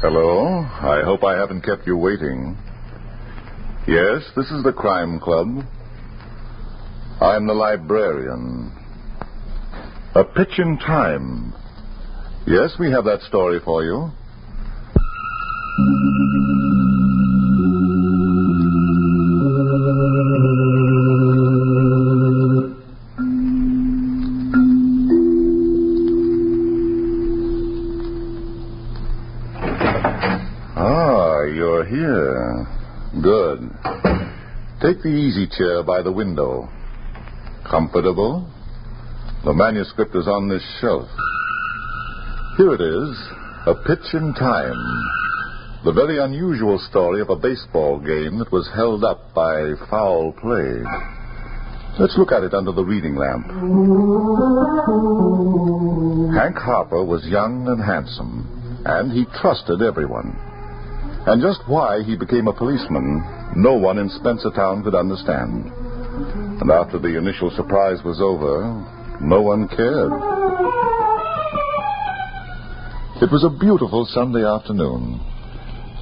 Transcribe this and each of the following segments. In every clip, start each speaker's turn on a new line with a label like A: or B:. A: Hello. I hope I haven't kept you waiting. Yes, this is the Crime Club. I'm the librarian. A pitch in time. Yes, we have that story for you. Ah, you're here. Good. Take the easy chair by the window. Comfortable? The manuscript is on this shelf. Here it is A Pitch in Time. The very unusual story of a baseball game that was held up by foul play. Let's look at it under the reading lamp. Hank Harper was young and handsome, and he trusted everyone. And just why he became a policeman, no one in Spencertown could understand. And after the initial surprise was over, no one cared. It was a beautiful Sunday afternoon.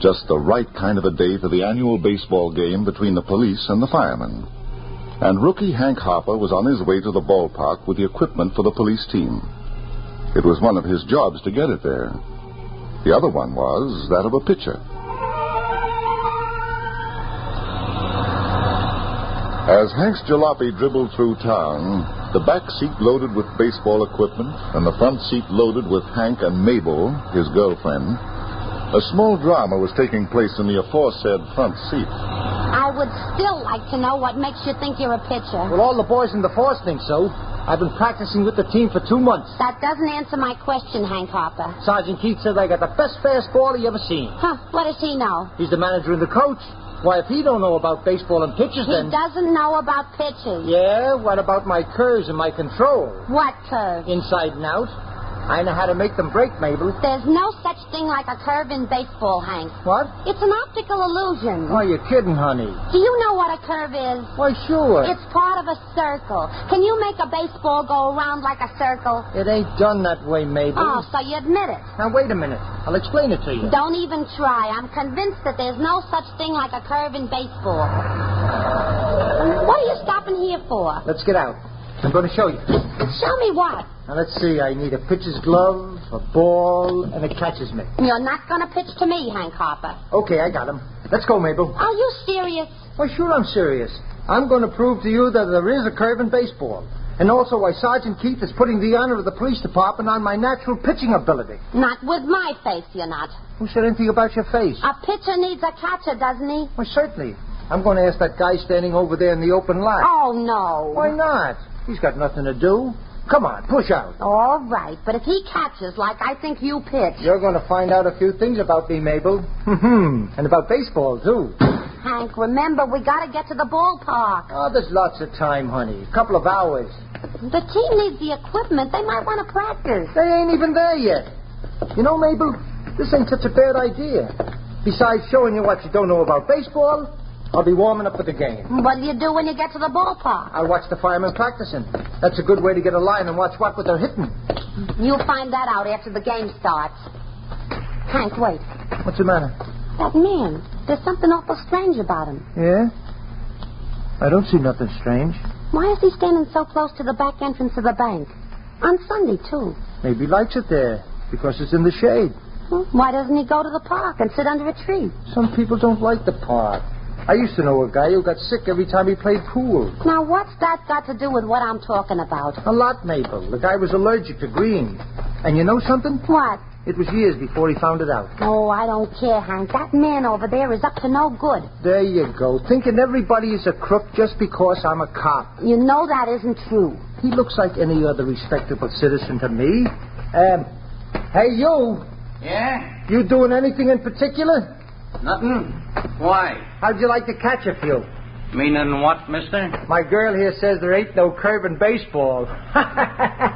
A: Just the right kind of a day for the annual baseball game between the police and the firemen. And rookie Hank Harper was on his way to the ballpark with the equipment for the police team. It was one of his jobs to get it there. The other one was that of a pitcher. As Hank's jalopy dribbled through town, the back seat loaded with baseball equipment and the front seat loaded with Hank and Mabel, his girlfriend, a small drama was taking place in the aforesaid front seat.
B: I would still like to know what makes you think you're a pitcher.
C: Well, all the boys in the force think so. I've been practicing with the team for two months.
B: That doesn't answer my question, Hank Harper.
C: Sergeant Keith said I got the best fastball he ever seen.
B: Huh, what does he know?
C: He's the manager and the coach. Why, if he don't know about baseball and pitches,
B: He
C: then...
B: doesn't know about pitches.
C: Yeah, what about my curves and my control?
B: What curve?
C: Inside and out. I know how to make them break, Mabel.
B: There's no such thing like a curve in baseball, Hank.
C: What?
B: It's an optical illusion.
C: Oh, you're kidding, honey.
B: Do you know what a curve is?
C: Why, sure.
B: It's part of a circle. Can you make a baseball go around like a circle?
C: It ain't done that way, Mabel.
B: Oh, so you admit it.
C: Now, wait a minute. I'll explain it to you.
B: Don't even try. I'm convinced that there's no such thing like a curve in baseball. What are you stopping here for?
C: Let's get out. I'm going to show you.
B: Show me what.
C: Now, let's see. I need a pitcher's glove, a ball, and a catcher's mitt.
B: You're not going to pitch to me, Hank Harper.
C: Okay, I got him. Let's go, Mabel.
B: Are you serious?
C: Why, sure, I'm serious. I'm going to prove to you that there is a curve in baseball. And also why Sergeant Keith is putting the honor of the police department on my natural pitching ability.
B: Not with my face, you're not.
C: Who said anything about your face?
B: A pitcher needs a catcher, doesn't he?
C: Well, certainly. I'm going to ask that guy standing over there in the open lot.
B: Oh, no.
C: Why not? He's got nothing to do. Come on, push out.
B: All right, but if he catches like I think you pitch,
C: You're going to find out a few things about me, Mabel. Hmm. and about baseball, too.
B: Hank, remember, we got to get to the ballpark.
C: Oh, there's lots of time, honey. A couple of hours.
B: The team needs the equipment. They might want to practice.
C: They ain't even there yet. You know, Mabel, this ain't such a bad idea. Besides showing you what you don't know about baseball, I'll be warming up for the game.
B: What do you do when you get to the ballpark?
C: I'll watch the firemen practicing. That's a good way to get a line and watch what they're hitting.
B: You'll find that out after the game starts. Hank, wait.
C: What's the matter?
B: That man, there's something awful strange about him.
C: Yeah? I don't see nothing strange.
B: Why is he standing so close to the back entrance of the bank? On Sunday, too.
C: Maybe he likes it there because it's in the shade.
B: Hmm? Why doesn't he go to the park and sit under a tree?
C: Some people don't like the park. I used to know a guy who got sick every time he played pool.
B: Now, what's that got to do with what I'm talking about?
C: A lot, Mabel. The guy was allergic to green. And you know something?
B: What?
C: It was years before he found it out.
B: Oh, I don't care, Hank. That man over there is up to no good.
C: There you go. Thinking everybody is a crook just because I'm a cop.
B: You know that isn't true.
C: He looks like any other respectable citizen to me. Um, hey, you.
D: Yeah?
C: You doing anything in particular?
D: Nothing? Why?
C: How'd you like to catch a few?
D: Meaning what, mister?
C: My girl here says there ain't no curve in baseball.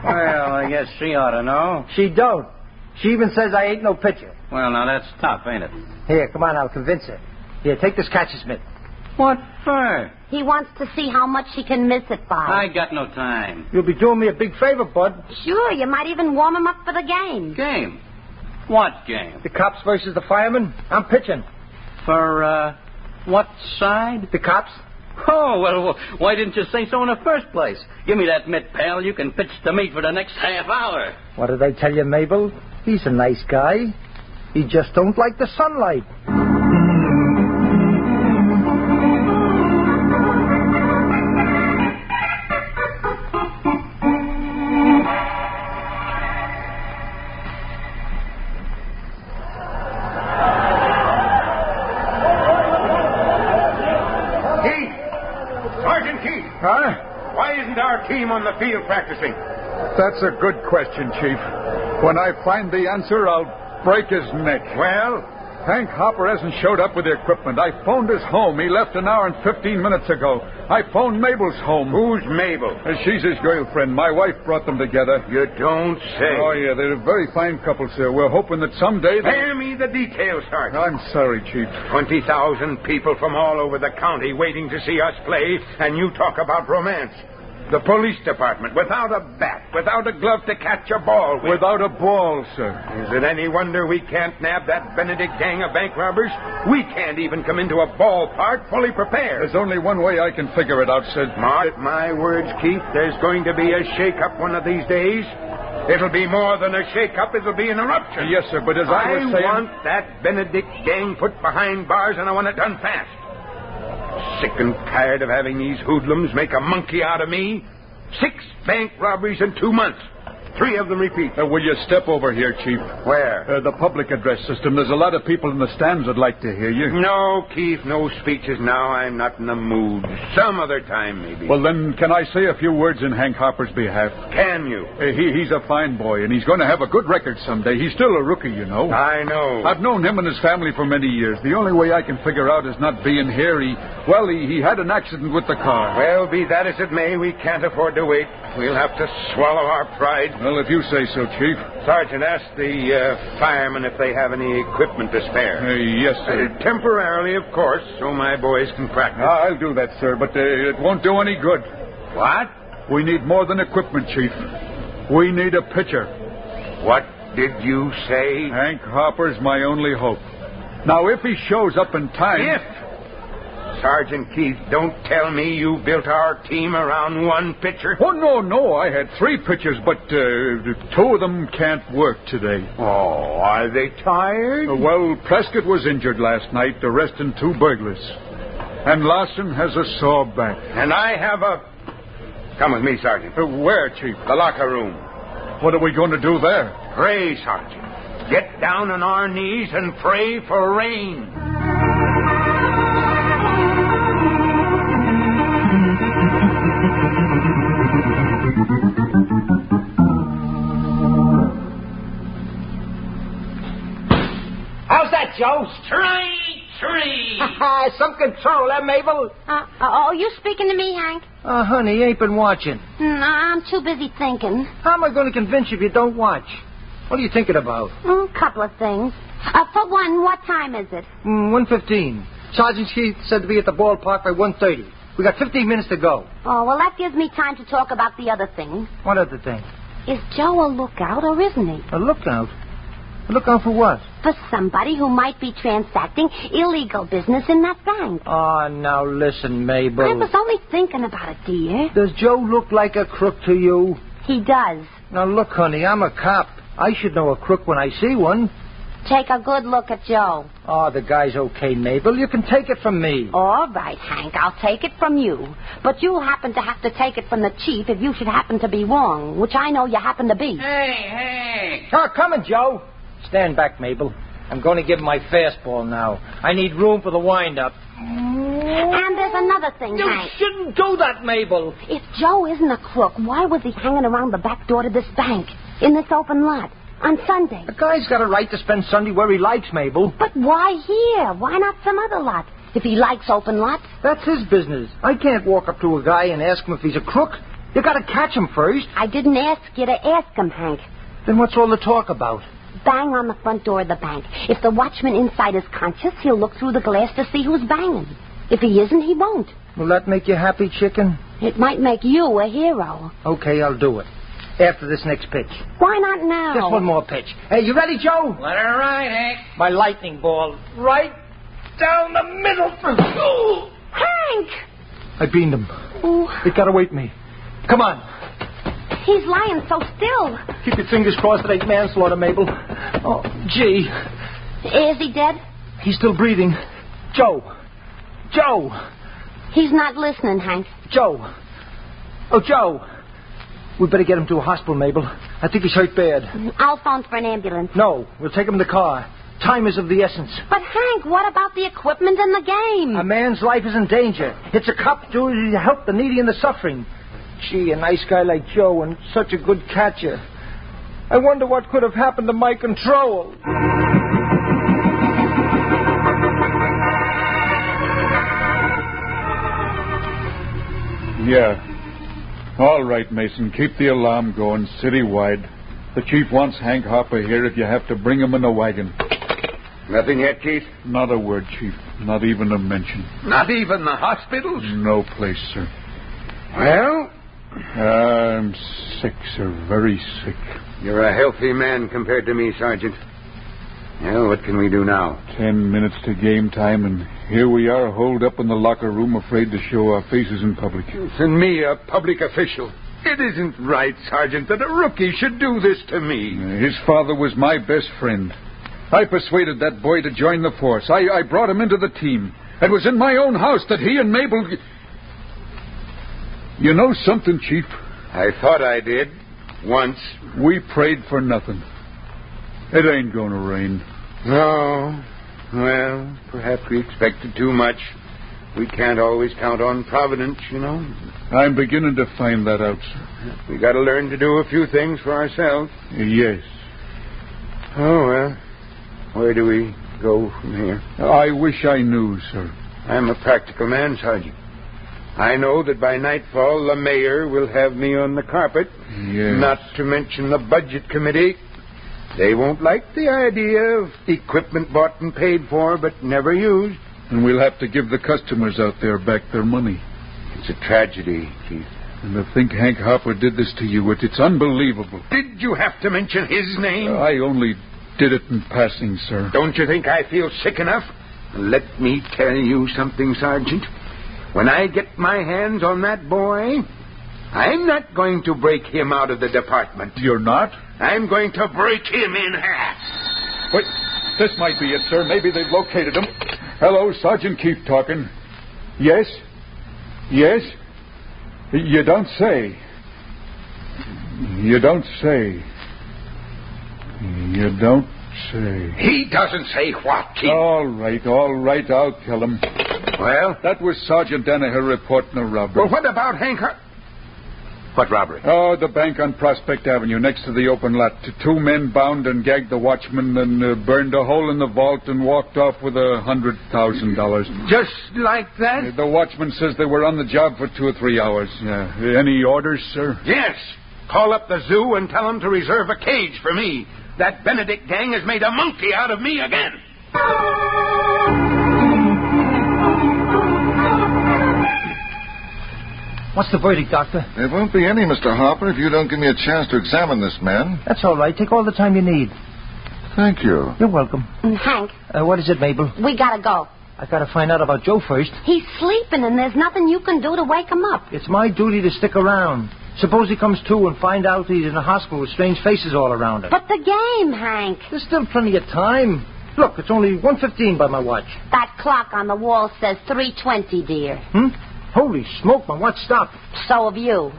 D: Well, I guess she ought to know.
C: she don't. She even says I ain't no pitcher.
D: Well, now that's tough, ain't it?
C: Here, come on, I'll convince her. Here, take this catcher's mitt.
D: What for?
B: He wants to see how much he can miss it by.
D: I got no time.
C: You'll be doing me a big favor, bud.
B: Sure, you might even warm him up for the game.
D: Game. What game?
C: The cops versus the firemen. I'm pitching.
D: For, uh, what side?
C: The cops?
D: Oh, well, well, why didn't you say so in the first place? Give me that mitt, pal. You can pitch to me for the next half hour.
C: What did I tell you, Mabel? He's a nice guy. He just don't like the sunlight.
E: Keith! Sergeant Keith!
F: Huh?
E: Why isn't our team on the field practicing?
F: That's a good question, Chief. When I find the answer, I'll break his neck.
E: Well,
F: Hank Hopper hasn't showed up with the equipment. I phoned his home. He left an hour and 15 minutes ago. I phoned Mabel's home.
E: who's Mabel?
F: Uh, She's his girlfriend. My wife brought them together.
E: You don't say.
F: Oh, yeah, they're a very fine couple, sir. We're hoping that someday. They...
E: Tell me the details, Sergeant.
F: I'm sorry, Chief.
E: 20,000 people from all over the county waiting to see us play, and you talk about romance. The police department, without a bat, without a glove to catch a ball with.
F: Without a ball, sir.
E: Is it any wonder we can't nab that Benedict gang of bank robbers? We can't even come into a ballpark fully prepared.
F: There's only one way I can figure it out, sir.
E: Mark my words, Keith, there's going to be a shake-up one of these days. It'll be more than a shake-up, it'll be an eruption.
F: Yes, sir, but as I, was saying.
E: want that Benedict gang put behind bars, and I want it done fast. Sick and tired of having these hoodlums make a monkey out of me. Six bank robberies in two months. Three of them repeat.
F: Uh, will you step over here, Chief?
E: Where?
F: Uh, the public address system. There's a lot of people in the stands that'd like to hear you.
E: No, Keith, no speeches now. I'm not in the mood. Some other time, maybe.
F: Well, then, can I say a few words in Hank Hopper's behalf?
E: can you?
F: Uh, he, he's a fine boy, and he's going to have a good record someday. He's still a rookie, you know.
E: I know.
F: I've known him and his family for many years. The only way I can figure out is not being here. He, well, he, he had an accident with the car.
E: Well, be that as it may, we can't afford to wait. We'll have to swallow our pride.
F: Well, if you say so, Chief.
E: Sergeant, ask the uh, firemen if they have any equipment to
F: Uh,
E: spare.
F: yes, sir.
E: Uh, temporarily, of course, so my boys can practice.
F: Eh, I'll do that, sir, but uh, it won't do any good.
E: what?
F: We need more than equipment, Chief. We need a pitcher.
E: What did you say?
F: Hank Hopper's my only hope. Now, if he shows up in time.
E: If. Sergeant Keith, don't tell me you built our team around one pitcher.
F: Oh, no, no. I had three pitchers, but uh, two of them can't work today.
E: Oh, are they tired?
F: Uh, well, Prescott was injured last night, arresting two burglars. And Larson has a sore back.
E: And I have a. Come with me, Sergeant.
F: Uh, where, Chief?
E: The locker room.
F: What are we going to do there?
E: Pray, Sergeant. Get down on our knees and pray for rain.
C: How's that, Joe?
E: Three, three.
C: Some control, eh, Mabel?
B: Uh, oh, are you speaking to me, Hank?
C: Oh, honey, you ain't been watching.
B: No, I'm too busy thinking.
C: How am I going to convince you if you don't watch? What are you thinking about?
B: A Hmm, couple of things. Uh, for one, what time is it?
C: Mm, 1.15. Sergeant Keith said to be at the ballpark by 1.30. We got 15 minutes to go.
B: Oh, well, that gives me time to talk about the other thing.
C: What other thing?
B: Is Joe a lookout or isn't he?
C: A lookout. A lookout for what?
B: For somebody who might be transacting illegal business in that bank.
C: Oh, now listen, Mabel.
B: I was only thinking about it, dear.
C: Does Joe look like a crook to you?
B: He does.
C: Now, look, honey, I'm a cop. I should know a crook when I see one.
B: Take a good look at Joe.
C: Oh, the guy's okay, Mabel. You can take it from me.
B: All right, Hank, I'll take it from you. But you'll happen to have to take it from the chief if you should happen to be wrong, which I know you happen to be.
D: Hey, hey.
C: Oh, coming, Joe. Stand back, Mabel. I'm going to give him my fastball now. I need room for the windup.
B: And there's another thing,
C: You
B: Hank.
C: shouldn't do that, Mabel.
B: If Joe isn't a crook, why was he hanging around the back door to this bank in this open lot on Sunday?
C: A guy's got a right to spend Sunday where he likes, Mabel.
B: But why here? Why not some other lot? If he likes open lots.
C: That's his business. I can't walk up to a guy and ask him if he's a crook. You got to catch him first.
B: I didn't ask you to ask him, Hank.
C: Then what's all the talk about?
B: Bang on the front door of the bank. If the watchman inside is conscious, he'll look through the glass to see who's banging. If he isn't, he won't.
C: Will that make you happy, chicken?
B: It might make you a hero.
C: Okay, I'll do it. after this next pitch.
B: Why not now?
C: Just one more pitch. Hey, you ready, Joe?
G: Let her ride, Hank.
C: My lightning ball.
G: Right down the middle. Ooh.
B: Hank!
C: I beamed him.
B: Oh,
C: It got away from me. Come on.
B: he's lying so still.
C: Keep your fingers crossed it ain't manslaughter, Mabel. Oh, gee.
B: Is he dead?
C: He's still breathing. Joe. Joe.
B: He's not listening, Hank.
C: Joe. Oh, Joe. We better get him to a hospital, Mabel. I think he's hurt bad.
B: I'll phone for an ambulance.
C: No, we'll take him in the car. Time is of the essence.
B: But, Hank, what about the equipment and the game?
C: A man's life is in danger. It's a cop's duty to help the needy and the suffering. Gee, a nice guy like Joe and such a good catcher. I wonder what could have happened to my control.
F: Yeah. All right, Mason. Keep the alarm going citywide. The chief wants Hank Harper here if you have to bring him in a wagon.
E: Nothing yet, Keith?
F: Not a word, chief. Not even a mention.
E: Not even the hospitals?
F: No place, sir.
E: Well,
F: I'm sick, sir. Very sick.
E: you're a healthy man compared to me, Sergeant. Well, what can we do now?
F: Ten minutes to game time, and here we are, holed up in the locker room, afraid to show our faces in public.
E: Send me a public official. It isn't right, Sergeant, that a rookie should do this to me.
F: His father was my best friend. I persuaded that boy to join the force. I, I brought him into the team. It was in my own house that he and Mabel. You know something, Chief?
E: I thought I did. Once.
F: We prayed for nothing. It ain't going to rain.
E: No. Well, perhaps we expected too much. We can't always count on Providence, you know.
F: I'm beginning to find that out, sir.
E: We gotta learn to do a few things for ourselves.
F: Yes.
E: Oh, well. Where do we go from here?
F: I wish I knew, sir.
E: I'm a practical man, Sergeant. I know that by nightfall the mayor will have me on the carpet,
F: Yes.
E: not to mention the budget committee. They won't like the idea of equipment bought and paid for but never used.
F: And we'll have to give the customers out there back their money.
E: It's a tragedy, Keith.
F: And to think Hank Harper did this to you, it, it's unbelievable.
E: Did you have to mention his name?
F: I only did it in passing, sir.
E: Don't you think I feel sick enough? Let me tell you something, Sergeant. When I get my hands on that boy, I'm not going to break him out of the department.
F: You're not?
E: I'm going to break him in half.
F: Wait, this might be it, sir. Maybe they've located him. Hello, Sergeant Keefe talking. Yes? Yes? You don't say. You don't say. You don't say.
E: He doesn't say what, Keith.
F: All right, all right, I'll tell him.
E: Well,
F: That was Sergeant Danaher reporting a robbery.
E: well, what about Hank? Har- What robbery?
F: Oh, the bank on Prospect Avenue, next to the open lot. T- Two men bound and gagged the watchman, and uh, burned a hole in the vault and walked off with a hundred thousand dollars.
E: Just like that?
F: The watchman says they were on the job for two or three hours. Yeah. Any orders, sir?
E: Yes. Call up the zoo and tell them to reserve a cage for me. That Benedict gang has made a monkey out of me again.
C: What's the verdict, Doctor?
A: There won't be any, Mr. Harper, if you don't give me a chance to examine this man.
C: That's all right. Take all the time you need.
A: Thank you.
C: You're welcome.
B: Mm, Hank,
C: Uh, what is it, Mabel?
B: we gotta go.
C: I gotta find out about Joe first.
B: He's sleeping, and there's nothing you can do to wake him up.
C: It's my duty to stick around. Suppose he comes to and find out he's in a hospital with strange faces all around him.
B: But the game, Hank.
C: There's still plenty of time. Look, it's only 1.15 by my watch.
B: That clock on the wall says 320, dear.
C: Hmm? Holy smoke, my watch stopped.
B: So have you.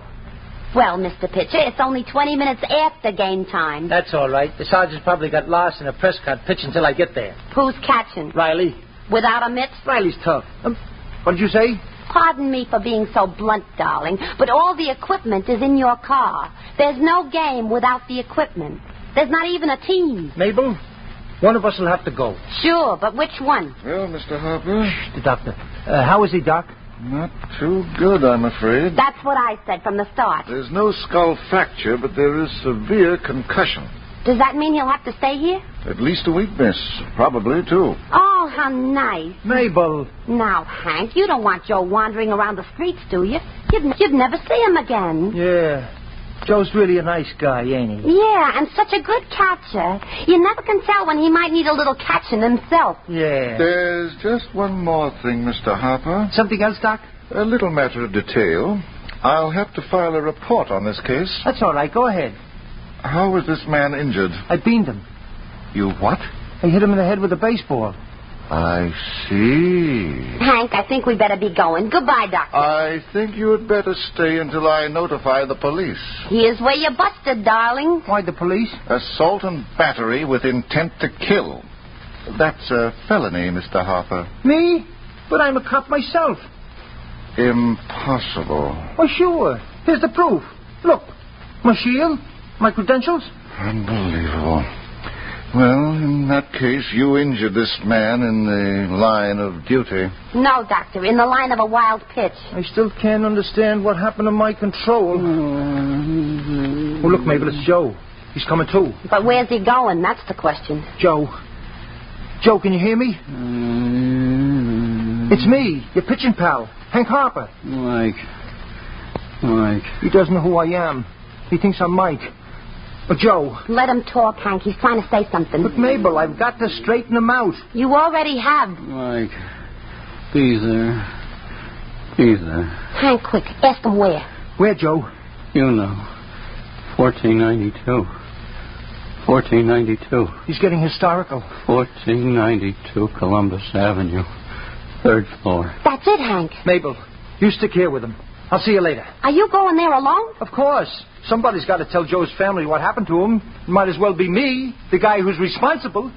B: Well, Mr. Pitcher, it's only 20 minutes after game time.
C: That's all right. The sergeant's probably got lost in a Prescott pitch until I get there.
B: Who's catching?
C: Riley?
B: Without a mitts?
C: Riley's tough. Um, what did you say?
B: Pardon me for being so blunt, darling, but all the equipment is in your car. There's no game without the equipment. There's not even a team.
C: Mabel? One of us will have to go.
B: Sure, but which one?
A: Well, Mr. Harper,
C: The doctor. Uh, how is he, Doc?
A: not too good, I'm afraid.
B: That's what I said from the start.
A: There's no skull fracture, but there is severe concussion.
B: Does that mean he'll have to stay here?
A: At least a week, miss. Probably, too.
B: Oh, how nice.
C: Mabel.
B: Now, Hank, you don't want Joe wandering around the streets, do you? You'd, you'd never see him again.
C: Yeah. Joe's really a nice guy, ain't he?
B: Yeah, and such a good catcher. You never can tell when he might need a little catching himself.
C: Yeah.
A: There's just one more thing, Mr. Harper.
C: Something else, Doc?
A: A little matter of detail. I'll have to file a report on this case.
C: That's all right. Go ahead.
A: How was this man injured?
C: I beamed him.
A: You what?
C: I hit him in the head with a baseball.
A: I see.
B: Hank, I think we better be going. Goodbye, Doctor.
A: I think you had better stay until I notify the police.
B: Here's where you're busted, darling.
C: Why the police?
A: Assault and battery with intent to kill. That's a felony, Mr. Harper.
C: Me? But I'm a cop myself.
A: Impossible.
C: Oh, sure. Here's the proof. Look, my shield, my credentials.
A: Unbelievable. Well, in that case, you injured this man in the line of duty.
B: No, Doctor, in the line of a wild pitch.
C: I still can't understand what happened to my control.
H: Mm-hmm.
C: Oh, look, Mabel, it's Joe. He's coming too.
B: But where's he going? That's the question.
C: Joe. Joe, can you hear me? It's me, your pitching pal, Hank Harper.
H: Mm-hmm. Mike. Mike.
C: He doesn't know who I am. He thinks I'm Mike. But Joe.
B: Let him talk, Hank. He's trying to say something.
C: But Mabel, I've got to straighten him out.
B: You already have.
H: Mike. He's there. He's there.
B: Hank, quick. Ask him where.
C: Where, Joe?
H: You know. 1492. 1492.
C: He's getting historical.
H: 1492 Columbus Avenue. Third floor.
B: That's it, Hank.
C: Mabel, you stick here with him. I'll see you later.
B: Are you going there alone?
C: Of course. Somebody's got to tell Joe's family what happened to him. It might as well be me, the guy who's responsible.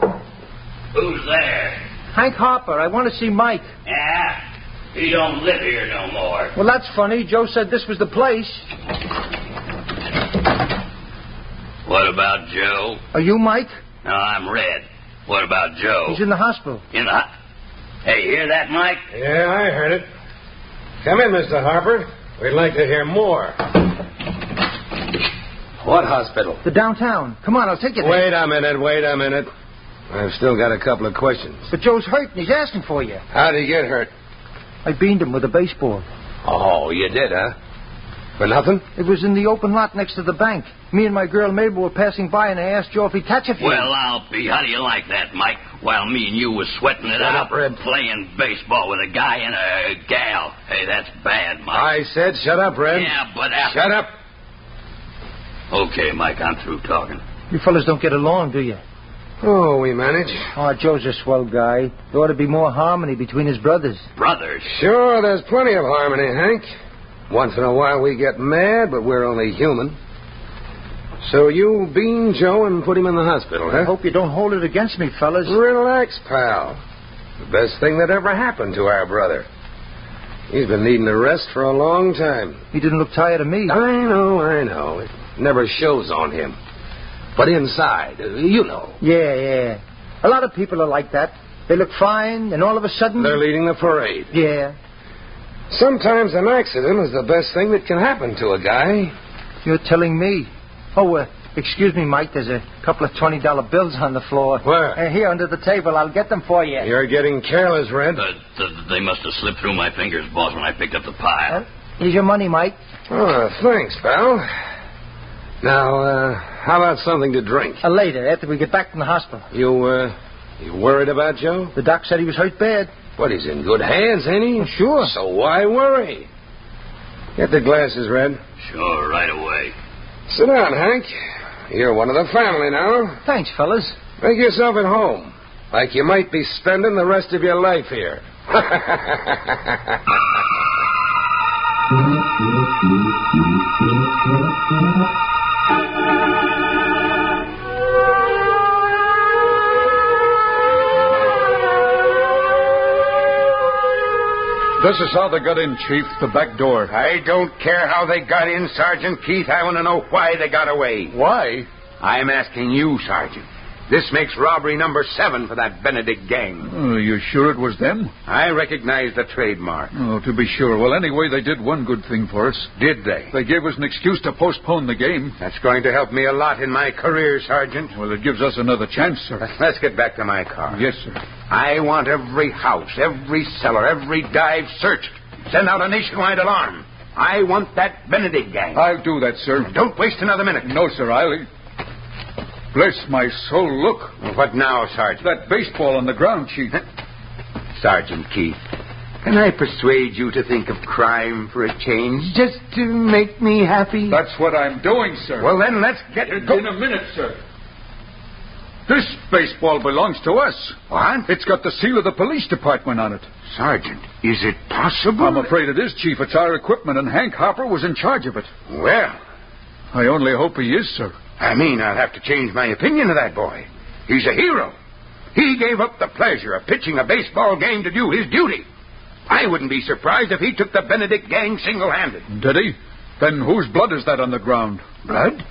G: Who's there?
C: Hank Harper, I want to see Mike.
G: Yeah? He don't live here no more.
C: Well, that's funny. Joe said this was the place.
G: What about Joe?
C: Are you Mike?
G: No, I'm Red. What about Joe?
C: He's in the hospital.
G: In the... Hey, hear that, Mike?
E: Yeah, I heard it. Come in, Mr. Harper. We'd like to hear more. What hospital?
C: The downtown. Come on, I'll take you there.
E: Wait a minute, wait a minute. I've still got a couple of questions.
C: But Joe's hurt and he's asking for you.
E: How'd he get hurt?
C: I beamed him with a baseball.
E: Oh, you did, huh? For nothing?
C: It was in the open lot next to the bank. Me and my girl Mabel were passing by and I asked Joe if he'd catch a few.
G: Well, I'll be. How do you like that, Mike? While me and you was sweating it
E: Shut
G: out,
E: up, Red.
G: playing baseball with a guy and a gal. Hey, that's bad, Mike.
E: I said shut up, Red.
G: Yeah, but after...
E: Shut up.
G: Okay, Mike, I'm through talking.
C: You fellas don't get along, do you?
E: Oh, we manage.
C: Oh, Joe's a swell guy. There ought to be more harmony between his brothers.
G: Brothers.
E: Sure, there's plenty of harmony, Hank. Once in a while we get mad, but we're only human. So you bean Joe and put him in the hospital,
C: I
E: huh?
C: hope you don't hold it against me, fellas.
E: Relax, pal. The best thing that ever happened to our brother. He's been needing a rest for a long time.
C: He didn't look tired of me.
E: I know, I know. It never shows on him. But inside, uh, you know.
C: Yeah, yeah. A lot of people are like that. They look fine, and all of a sudden.
E: They're leading the parade.
C: Yeah.
E: Sometimes an accident is the best thing that can happen to a guy.
C: You're telling me. Oh, uh, excuse me, Mike. There's a couple of $20 bills on the floor.
E: Where?
C: Uh, here, under the table. I'll get them for you.
E: You're getting careless, Red.
G: Uh, th- they must have slipped through my fingers, boss, when I picked up the
C: Huh?
G: pile.
C: Here's your money, Mike.
E: Oh, thanks, pal. Now, uh, how about something to drink?
C: Uh, later, after we get back from the hospital.
E: You, uh, you worried about Joe?
C: The doc said he was hurt bad.
E: Well, he's in good hands, ain't he?
C: Sure.
E: So why worry? Get the glasses, Red.
G: Sure, right away.
E: Sit down, Hank. You're one of the family now.
C: Thanks, fellas.
E: Make yourself at home, like you might be spending the rest of your life here.
F: This is how they got in, Chief. The back door.
D: I don't care how they got in, Sergeant Keith. I want to know why they got away.
F: Why?
D: I'm asking you, Sergeant.
E: This makes robbery number seven for that Benedict gang.
F: Oh, you sure it was them?
E: I recognize the trademark.
F: Oh, to be sure. Well, anyway, they did one good thing for us.
E: Did they?
F: They gave us an excuse to postpone the game.
E: That's going to help me a lot in my career, Sergeant.
F: Well, it gives us another chance, sir.
E: Let's get back to my car.
F: Yes, sir.
E: I want every house, every cellar, every dive searched. Send out a nationwide alarm. I want that Benedict gang.
F: I'll do that, sir.
E: Don't waste another minute.
F: No, sir, I'll. Bless my soul, look.
E: What now, Sergeant?
F: That baseball on the ground, Chief.
E: Sergeant Keith, can I persuade you to think of crime for a change just to make me happy?
F: That's what I'm doing, sir.
E: Well, then let's get it.
F: in a minute, sir. This baseball belongs to us.
E: What?
F: It's got the seal of the police department on it.
E: Sergeant, is it possible?
F: I'm afraid it is, Chief. It's our equipment, and Hank Hopper was in charge of it.
E: Well,
F: I only hope he is, sir.
E: I mean, I'll have to change my opinion of that boy. He's a hero. He gave up the pleasure of pitching a baseball game to do his duty. I wouldn't be surprised if he took the Benedict gang single handed.
F: Did he? Then whose blood is that on the ground?
E: Blood?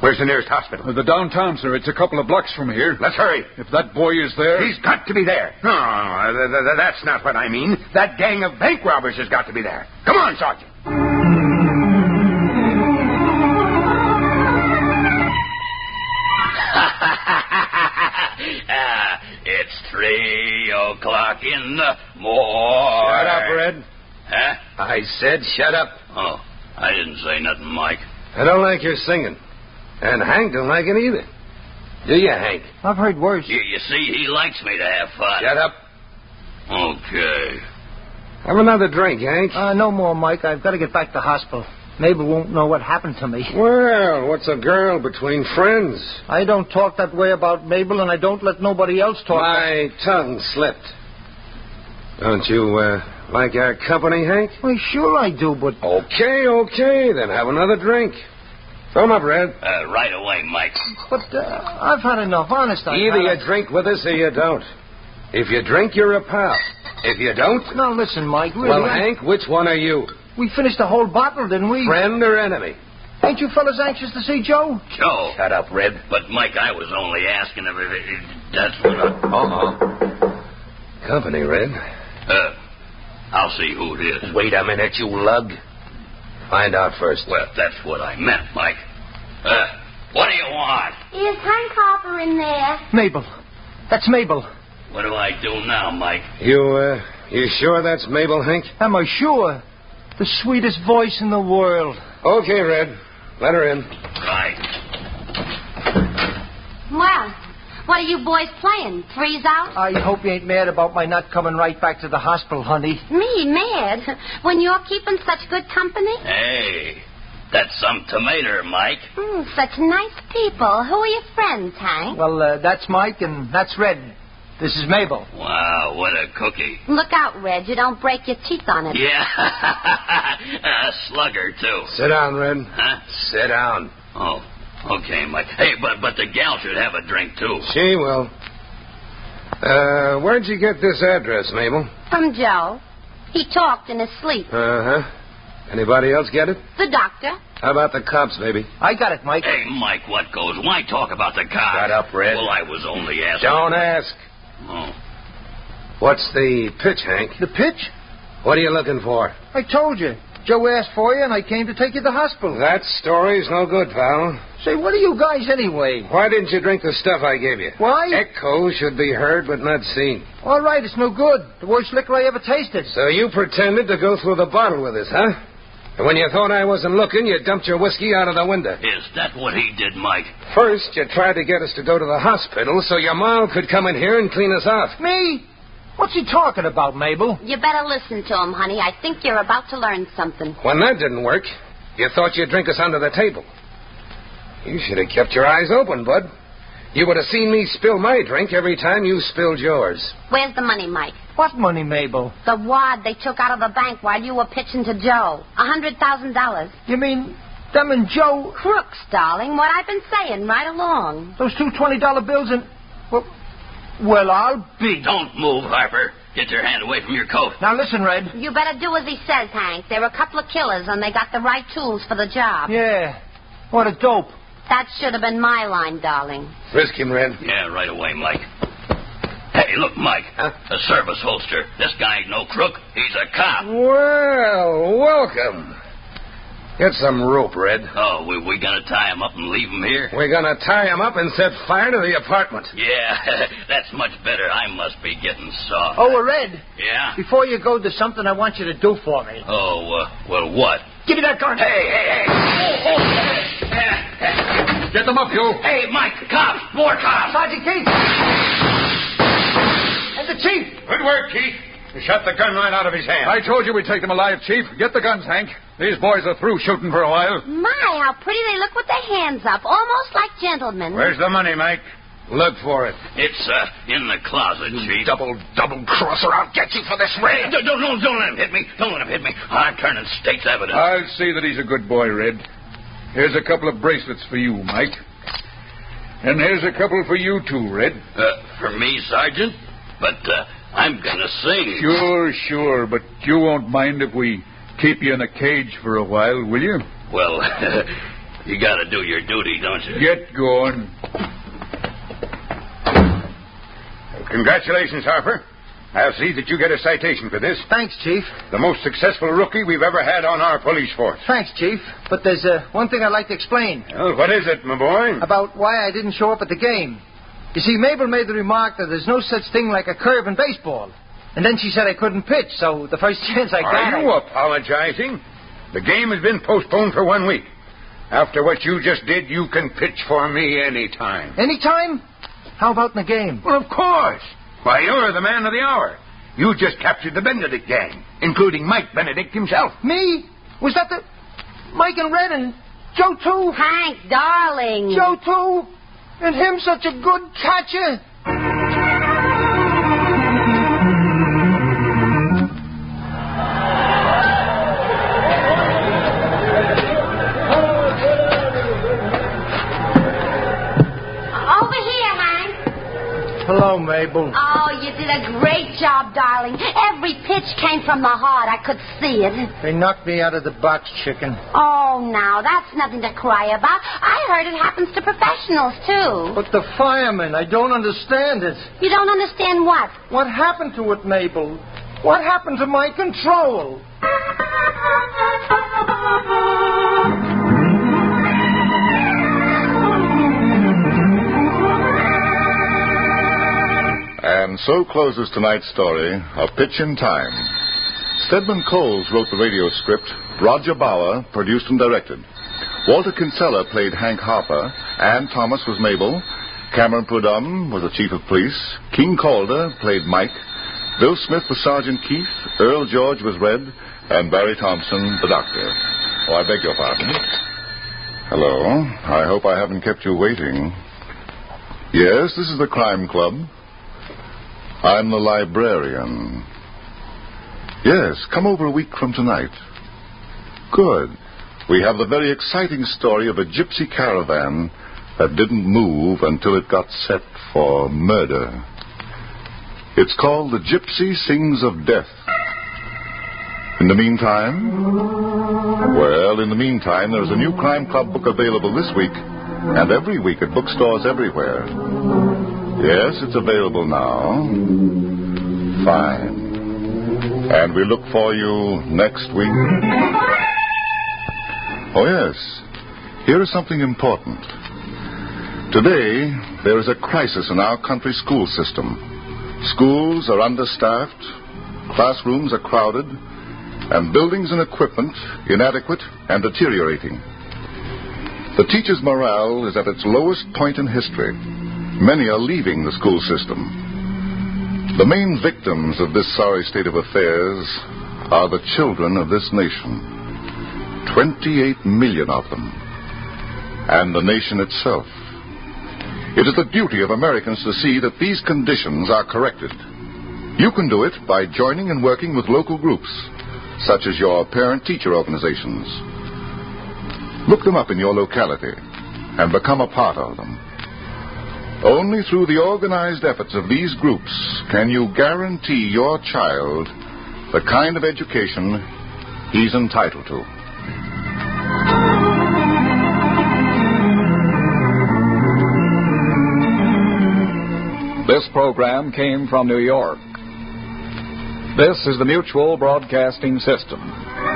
E: Where's the nearest hospital?
F: Uh, The downtown, sir. It's a couple of blocks from here.
E: Let's hurry.
F: If that boy is there.
E: He's got to be there. No, no, no, th- th- that's not what I mean. That gang of bank robbers has got to be there. Come on, Sergeant.
G: Ah, it's three o'clock in the morning.
I: Shut up, Red.
G: Huh?
I: I said shut up.
G: Oh, I didn't say nothing, Mike.
I: I don't like your singing. And Hank don't like it either. Do you, Hank?
C: I've heard worse.
G: You, you see, he likes me to have fun.
I: Shut up.
G: Okay.
I: Have another drink, Hank.
C: Uh, no more, Mike. I've got to get back to hospital. Mabel won't know what happened to me.
I: Well, what's a girl between friends?
C: I don't talk that way about Mabel, and I don't let nobody else talk.
I: My tongue slipped. Don't you uh, like our company, Hank?
C: Well, sure I do, but
I: Okay, okay, then have another drink. Throw 'em up, Red.
G: Uh, right away, Mike.
C: but uh, I've had enough. Honest, I
I: Either
C: I-
I: you drink with us or you don't. If you drink, you're a pal. If you don't,
C: Now listen, Mike. Really,
I: well,
C: I-
I: Hank, which one are you?
C: we finished the whole bottle, didn't we?
I: Friend or enemy?
C: Ain't you fellas anxious to see Joe?
G: Joe.
I: Shut up, Red.
G: But, Mike, I was only asking if if- if- that's what I...
I: Uh-oh. Company, Red.
G: Uh, I'll see who it is.
I: Wait a minute, you lug. Find out first.
G: Well, that's what I meant, Mike. Uh, what do you want?
B: Is Hank Hopper in there?
C: Mabel. That's Mabel.
G: What do I do now, Mike?
I: You, uh, you sure that's Mabel, Hank?
C: Am I sure? The sweetest voice in the world.
I: Okay, Red. Let her in.
G: Right.
B: Well, what are you boys playing? Threes out?
C: I hope you ain't mad about my not coming right back to the hospital, honey.
B: Me mad? When you're keeping such good company?
G: Hey, that's some tomato, Mike.
B: Mm, such nice people. Who are your friends, Hank?
C: Well, uh, that's Mike, and that's Red. This is Mabel.
G: Wow, what a cookie.
B: Look out, Red. You don't break your teeth on it.
G: Yeah, a slugger, too.
I: Sit down, Red.
G: Huh?
I: Sit down.
G: Oh, okay, Mike. Hey, but but the gal should have a drink, too.
I: She will. Uh, where'd you get this address, Mabel?
B: From Joe. He talked in his sleep.
I: Uh huh. Anybody else get it?
B: The doctor.
I: How about the cops, baby?
C: I got it, Mike.
G: Hey, Mike, what goes? Why talk about the cops?
I: Shut up, Red.
G: Well, I was only asking.
I: Don't ask.
G: Oh.
I: What's the pitch, Hank?
C: The pitch?
I: What are you looking for?
C: I told you. Joe asked for you, and I came to take you to the hospital.
I: That story's no good, pal.
C: Say, what are you guys anyway?
I: Why didn't you drink the stuff I gave you?
C: Why?
I: Echo should be heard but not seen.
C: All right, it's no good. The worst liquor I ever tasted.
I: So you pretended to go through the bottle with us, huh? And when you thought I wasn't looking, you dumped your whiskey out of the window.
G: Is that what he did, Mike?
I: First, you tried to get us to go to the hospital so your mom could come in here and clean us off.
C: Me? What's he talking about, Mabel?
B: You better listen to him, honey. I think you're about to learn something.
I: When that didn't work, you thought you'd drink us under the table. You should have kept your eyes open, Bud. You would have seen me spill my drink every time you spilled yours.
B: Where's the money, Mike?
C: What money, Mabel?
B: The wad they took out of the bank while you were pitching to Joe. A hundred thousand dollars.
C: You mean them and Joe?
B: Crooks, darling. What I've been saying right along.
C: Those two twenty dollar bills and well, well, I'll be.
G: Don't move, Harper. Get your hand away from your coat.
C: Now listen, Red.
B: You better do as he says, Hank. They're a couple of killers, and they got the right tools for the job.
C: Yeah. What a dope.
B: That should have been my line, darling.
I: Frisk him, Red.
G: Yeah, right away, Mike. Hey, look, Mike. A service holster. This guy ain't no crook. He's a cop.
I: Mm. Well, welcome. Get some rope, Red.
G: Oh, we, we gonna tie him up and leave him here?
I: We're gonna tie him up and set fire to the apartment.
G: Yeah, that's much better. I must be getting soft.
C: Oh, uh, Red.
G: Yeah?
C: Before you go, there's something I want you to do for me.
G: Oh, uh, well, what?
C: Give me that gun.
G: Hey, hey, hey. Oh, oh.
F: Get them up, you.
G: Hey, Mike, cops, more cops.
C: Sergeant Keith. And the chief.
E: Good work, Keith. You shot the gun right out of his hand.
F: I told you we'd take them alive, Chief. Get the guns, Hank. These boys are through shooting for a while.
B: My, how pretty they look with their hands up, almost like gentlemen.
E: Where's the money, Mike?
I: Look for it.
G: It's uh, in the closet, Chief.
I: Double, double crosser. I'll get you for this, Red.
G: Hey, don't, don't, don't let him hit me. Don't let him hit me. I'm turning state's evidence.
F: I'll see that he's a good boy, Red. Here's a couple of bracelets for you, Mike. And here's a couple for you, too, Red.
G: Uh, for me, Sergeant? But uh, I'm gonna sing.
F: Sure, sure, but you won't mind if we keep you in a cage for a while, will you?
G: Well, you gotta do your duty, don't you?
F: Get going.
E: Congratulations, Harper. I'll see that you get a citation for this.
C: Thanks, Chief.
E: The most successful rookie we've ever had on our police force.
C: Thanks, Chief. But there's uh, one thing I'd like to explain
I: Oh.
E: Well, what is it, my boy?
C: about why I didn't show up at the game. You see, Mabel made the remark that there's no such thing like a curve in baseball. And then she said I couldn't pitch, so the first chance I got.
E: Are
C: I-
E: you apologizing? The game has been postponed for one week. After what you just did, you can pitch for me any time.
C: Any time? How about in the game?
E: Well, of course. Why, you're the man of the hour. You just captured the Benedict gang, including Mike Benedict himself.
C: Me? Was that the. Mike and Red and Joe, too?
B: Hank, darling.
C: Joe, too? And him, such a good catcher?
B: Over here, Hank.
C: Hello, Mabel.
B: Oh, you did a great job, darling. Every pitch came from the heart. I could see it.
C: They knocked me out of the box, chicken.
B: Oh, now, that's nothing to cry about. I heard it happens to professionals, too.
C: But the firemen, I don't understand it.
B: You don't understand what?
C: What happened to it, Mabel? What happened to my control?
A: And so closes tonight's story, A Pitch in Time. Stedman Coles wrote the radio script, Roger Bauer produced and directed. Walter Kinsella played Hank Harper, Ann Thomas was Mabel, Cameron Prudhomme was the chief of police, King Calder played Mike, Bill Smith was Sergeant Keith, Earl George was Red, and Barry Thompson, the doctor. Oh, I beg your pardon. Hello. I hope I haven't kept you waiting. Yes, this is the Crime Club. I'm the librarian. Yes, come over a week from tonight. Good. We have the very exciting story of a gypsy caravan that didn't move until it got set for murder. It's called The Gypsy Sings of Death. In the meantime, well, in the meantime, there's a new Crime Club book available this week and every week at bookstores everywhere. Yes, it's available now. Fine. And we look for you next week. Oh, yes. Here is something important. Today, there is a crisis in our country's school system. Schools are understaffed, classrooms are crowded, and buildings and equipment inadequate and deteriorating. The teachers' morale is at its lowest point in history. Many are leaving the school system. The main victims of this sorry state of affairs are the children of this nation 28 million of them, and the nation itself. It is the duty of Americans to see that these conditions are corrected. You can do it by joining and working with local groups, such as your parent teacher organizations. Look them up in your locality and become a part of them. Only through the organized efforts of these groups can you guarantee your child the kind of education he's entitled to. This program came from New York. This is the Mutual Broadcasting System.